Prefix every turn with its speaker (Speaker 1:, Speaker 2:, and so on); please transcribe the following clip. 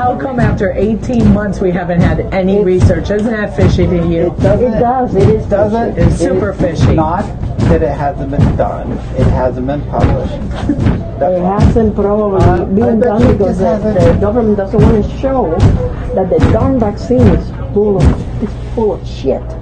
Speaker 1: How come after 18 months we haven't had any research? Isn't that fishy to you?
Speaker 2: It doesn't.
Speaker 3: It does. It is
Speaker 2: Doesn't.
Speaker 1: It's super fishy.
Speaker 2: Not that it hasn't been done. It hasn't been published. That's
Speaker 3: It
Speaker 2: all.
Speaker 3: hasn't probably
Speaker 2: Uh, I
Speaker 3: been
Speaker 2: bet
Speaker 3: done
Speaker 2: you it
Speaker 3: because
Speaker 2: just
Speaker 3: the,
Speaker 2: hasn't-
Speaker 3: the government doesn't want to show that the darn vaccine is full of, is full of shit.